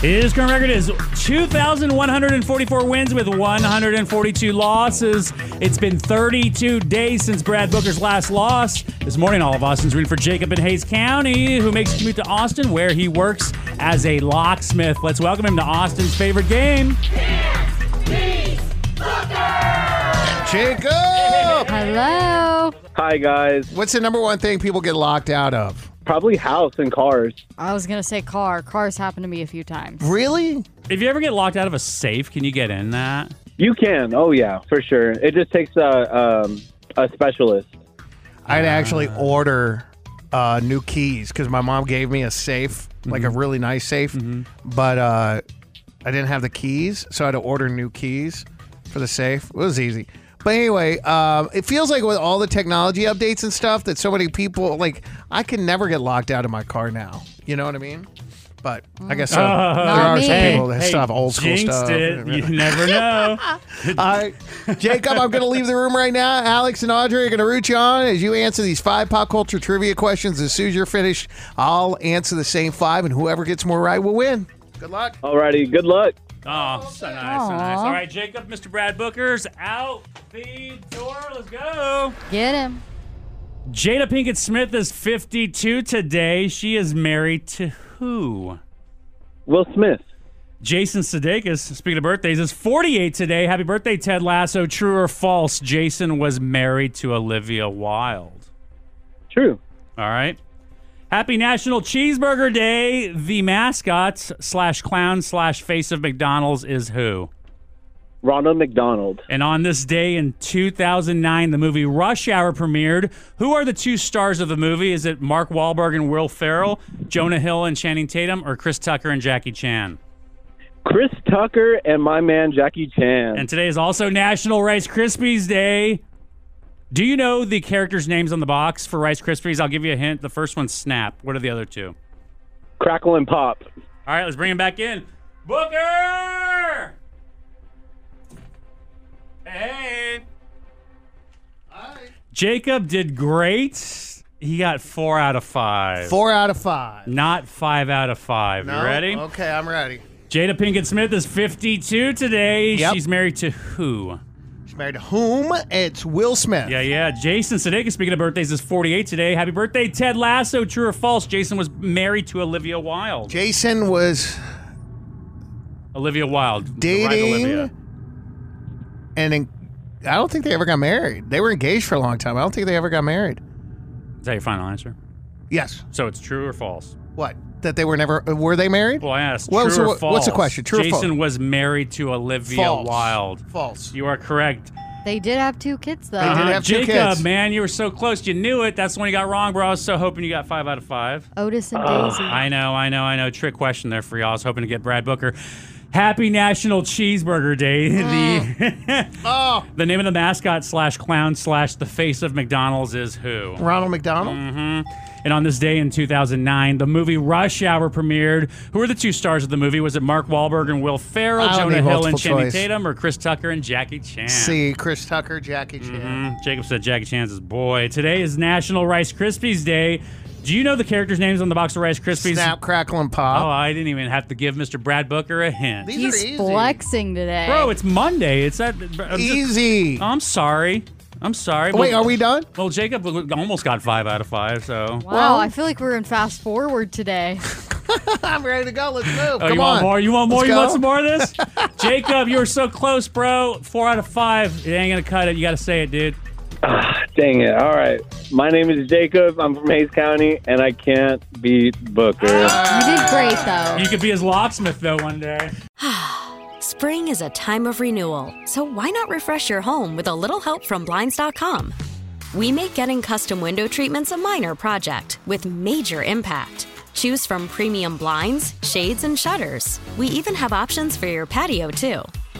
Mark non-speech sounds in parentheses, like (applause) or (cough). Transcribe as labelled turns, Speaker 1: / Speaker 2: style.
Speaker 1: His current record is 2,144 wins with 142 losses. It's been 32 days since Brad Booker's last loss. This morning, all of Austin's rooting for Jacob in Hayes County, who makes a commute to Austin, where he works as a locksmith. Let's welcome him to Austin's favorite game.
Speaker 2: Jacob!
Speaker 3: Hello.
Speaker 4: Hi, guys.
Speaker 2: What's the number one thing people get locked out of?
Speaker 4: Probably house and cars.
Speaker 3: I was gonna say car. Cars happened to me a few times.
Speaker 2: Really?
Speaker 1: If you ever get locked out of a safe, can you get in that?
Speaker 4: You can. Oh, yeah, for sure. It just takes a, um, a specialist.
Speaker 2: I'd actually order uh, new keys because my mom gave me a safe, like
Speaker 1: Mm-hmm.
Speaker 2: a really nice safe, but uh, I didn't have the keys, so I had to order new keys for the safe. It was easy. But anyway, um, it feels like with all the technology updates and stuff that so many people like, I can never get locked out of my car now. You know what I mean? But
Speaker 1: (laughs)
Speaker 2: I guess so. there are some
Speaker 3: me.
Speaker 2: people that still have old school
Speaker 1: jinxed
Speaker 2: stuff. (laughs)
Speaker 1: it. You never know.
Speaker 2: All right, Jacob, I'm going to leave the room right now. Alex and Audrey are going to root you on as you answer these five pop culture trivia questions. As soon as you're finished, I'll answer the same five, and whoever gets more right will win. Good luck.
Speaker 4: Alrighty, good luck.
Speaker 1: Oh, so nice, so nice. All right, Jacob, Mr. Brad Booker's out the door. Let's go.
Speaker 3: Get him.
Speaker 1: Jada Pinkett Smith is 52 today. She is married to who?
Speaker 4: Will Smith.
Speaker 1: Jason Sudeikis, speaking of birthdays, is 48 today. Happy birthday, Ted Lasso. True or false, Jason was married to Olivia Wilde.
Speaker 4: True.
Speaker 1: All right. Happy National Cheeseburger Day. The mascot slash clown slash face of McDonald's is who?
Speaker 4: Ronald McDonald.
Speaker 1: And on this day in 2009, the movie Rush Hour premiered. Who are the two stars of the movie? Is it Mark Wahlberg and Will Ferrell, Jonah Hill and Channing Tatum, or Chris Tucker and Jackie Chan?
Speaker 4: Chris Tucker and my man Jackie Chan.
Speaker 1: And today is also National Rice Krispies Day. Do you know the characters' names on the box for Rice Krispies? I'll give you a hint. The first one's Snap. What are the other two?
Speaker 4: Crackle and Pop.
Speaker 1: All right, let's bring him back in. Booker! Hey! Jacob did great. He got four out of five.
Speaker 2: Four out of five.
Speaker 1: Not five out of five.
Speaker 2: No? Oh.
Speaker 1: You ready?
Speaker 2: Okay, I'm ready.
Speaker 1: Jada Pinkett Smith is 52 today.
Speaker 2: Yep.
Speaker 1: She's married to who?
Speaker 2: She's married to whom? It's Will Smith.
Speaker 1: Yeah, yeah. Jason Sudeikis, speaking of birthdays, is 48 today. Happy birthday, Ted Lasso. True or false? Jason was married to Olivia Wilde.
Speaker 2: Jason was
Speaker 1: Olivia Wilde. the right
Speaker 2: dating,
Speaker 1: Olivia.
Speaker 2: and en- I don't think they ever got married. They were engaged for a long time. I don't think they ever got married.
Speaker 1: Is that your final answer?
Speaker 2: Yes.
Speaker 1: So it's true or false?
Speaker 2: What? That they were never uh, were they married?
Speaker 1: Well, I asked.
Speaker 2: What
Speaker 1: true
Speaker 2: was the-
Speaker 1: or
Speaker 2: what's
Speaker 1: false?
Speaker 2: the question? True or
Speaker 1: Jason
Speaker 2: false?
Speaker 1: was married to Olivia
Speaker 2: False.
Speaker 1: Wilde.
Speaker 2: False.
Speaker 1: You are correct.
Speaker 3: They did have two kids though.
Speaker 2: They did.
Speaker 1: Uh-huh.
Speaker 2: have two
Speaker 1: Jacob,
Speaker 2: kids.
Speaker 1: man, you were so close. You knew it. That's the one you got wrong, bro. I was so hoping you got five out of five.
Speaker 3: Otis and Daisy.
Speaker 1: I know, I know, I know. Trick question there for y'all. I was hoping to get Brad Booker. Happy National Cheeseburger Day.
Speaker 3: Oh.
Speaker 2: (laughs)
Speaker 1: The,
Speaker 2: Oh.
Speaker 1: (laughs) the name of the mascot slash clown slash the face of McDonald's is who?
Speaker 2: Ronald McDonald.
Speaker 1: Mm-hmm. And on this day in 2009, the movie Rush Hour premiered. Who were the two stars of the movie? Was it Mark Wahlberg and Will Ferrell,
Speaker 2: I don't
Speaker 1: Jonah Hill
Speaker 2: need
Speaker 1: and
Speaker 2: multiple
Speaker 1: Channing
Speaker 2: choice.
Speaker 1: Tatum, or Chris Tucker and Jackie Chan?
Speaker 2: See Chris Tucker, Jackie Chan.
Speaker 1: Mm, Jacob said Jackie Chan's his boy. Today is National Rice Krispies Day. Do you know the characters' names on the box of Rice Krispies?
Speaker 2: Snap, crackle, and
Speaker 1: Oh,
Speaker 2: pop.
Speaker 1: I didn't even have to give Mr. Brad Booker a hint.
Speaker 2: These are
Speaker 3: He's
Speaker 2: easy.
Speaker 3: flexing today.
Speaker 1: Bro, it's Monday. It's that. I'm just-
Speaker 2: easy.
Speaker 1: I'm sorry. I'm sorry.
Speaker 2: Wait,
Speaker 1: Well-
Speaker 2: are we done?
Speaker 1: Well, Jacob almost got five out of five, so.
Speaker 3: wow, I feel like we're in fast forward
Speaker 1: (laughs)
Speaker 3: today.
Speaker 2: I'm ready to go. Let's move.
Speaker 1: Oh,
Speaker 2: Come
Speaker 1: you
Speaker 2: on.
Speaker 1: want more? You want more?
Speaker 2: Let's
Speaker 1: you want
Speaker 2: go.
Speaker 1: some more of
Speaker 2: (laughs)
Speaker 1: this? Jacob, you were so close, bro. Four out of five. It ain't gonna cut it. You gotta say it, dude.
Speaker 4: Dang it. All right. My name is Jacob. I'm from Hayes County, and I can't beat Booker.
Speaker 3: you did great
Speaker 2: Oh.
Speaker 3: though.
Speaker 1: You could be his locksmith though one day.
Speaker 5: Spring is a time of renewal, so why not refresh your home with a little help from Blinds.com? We make getting custom window treatments a minor project with major impact. Choose from premium blinds, shades, and shutters. We even have options for your patio, too.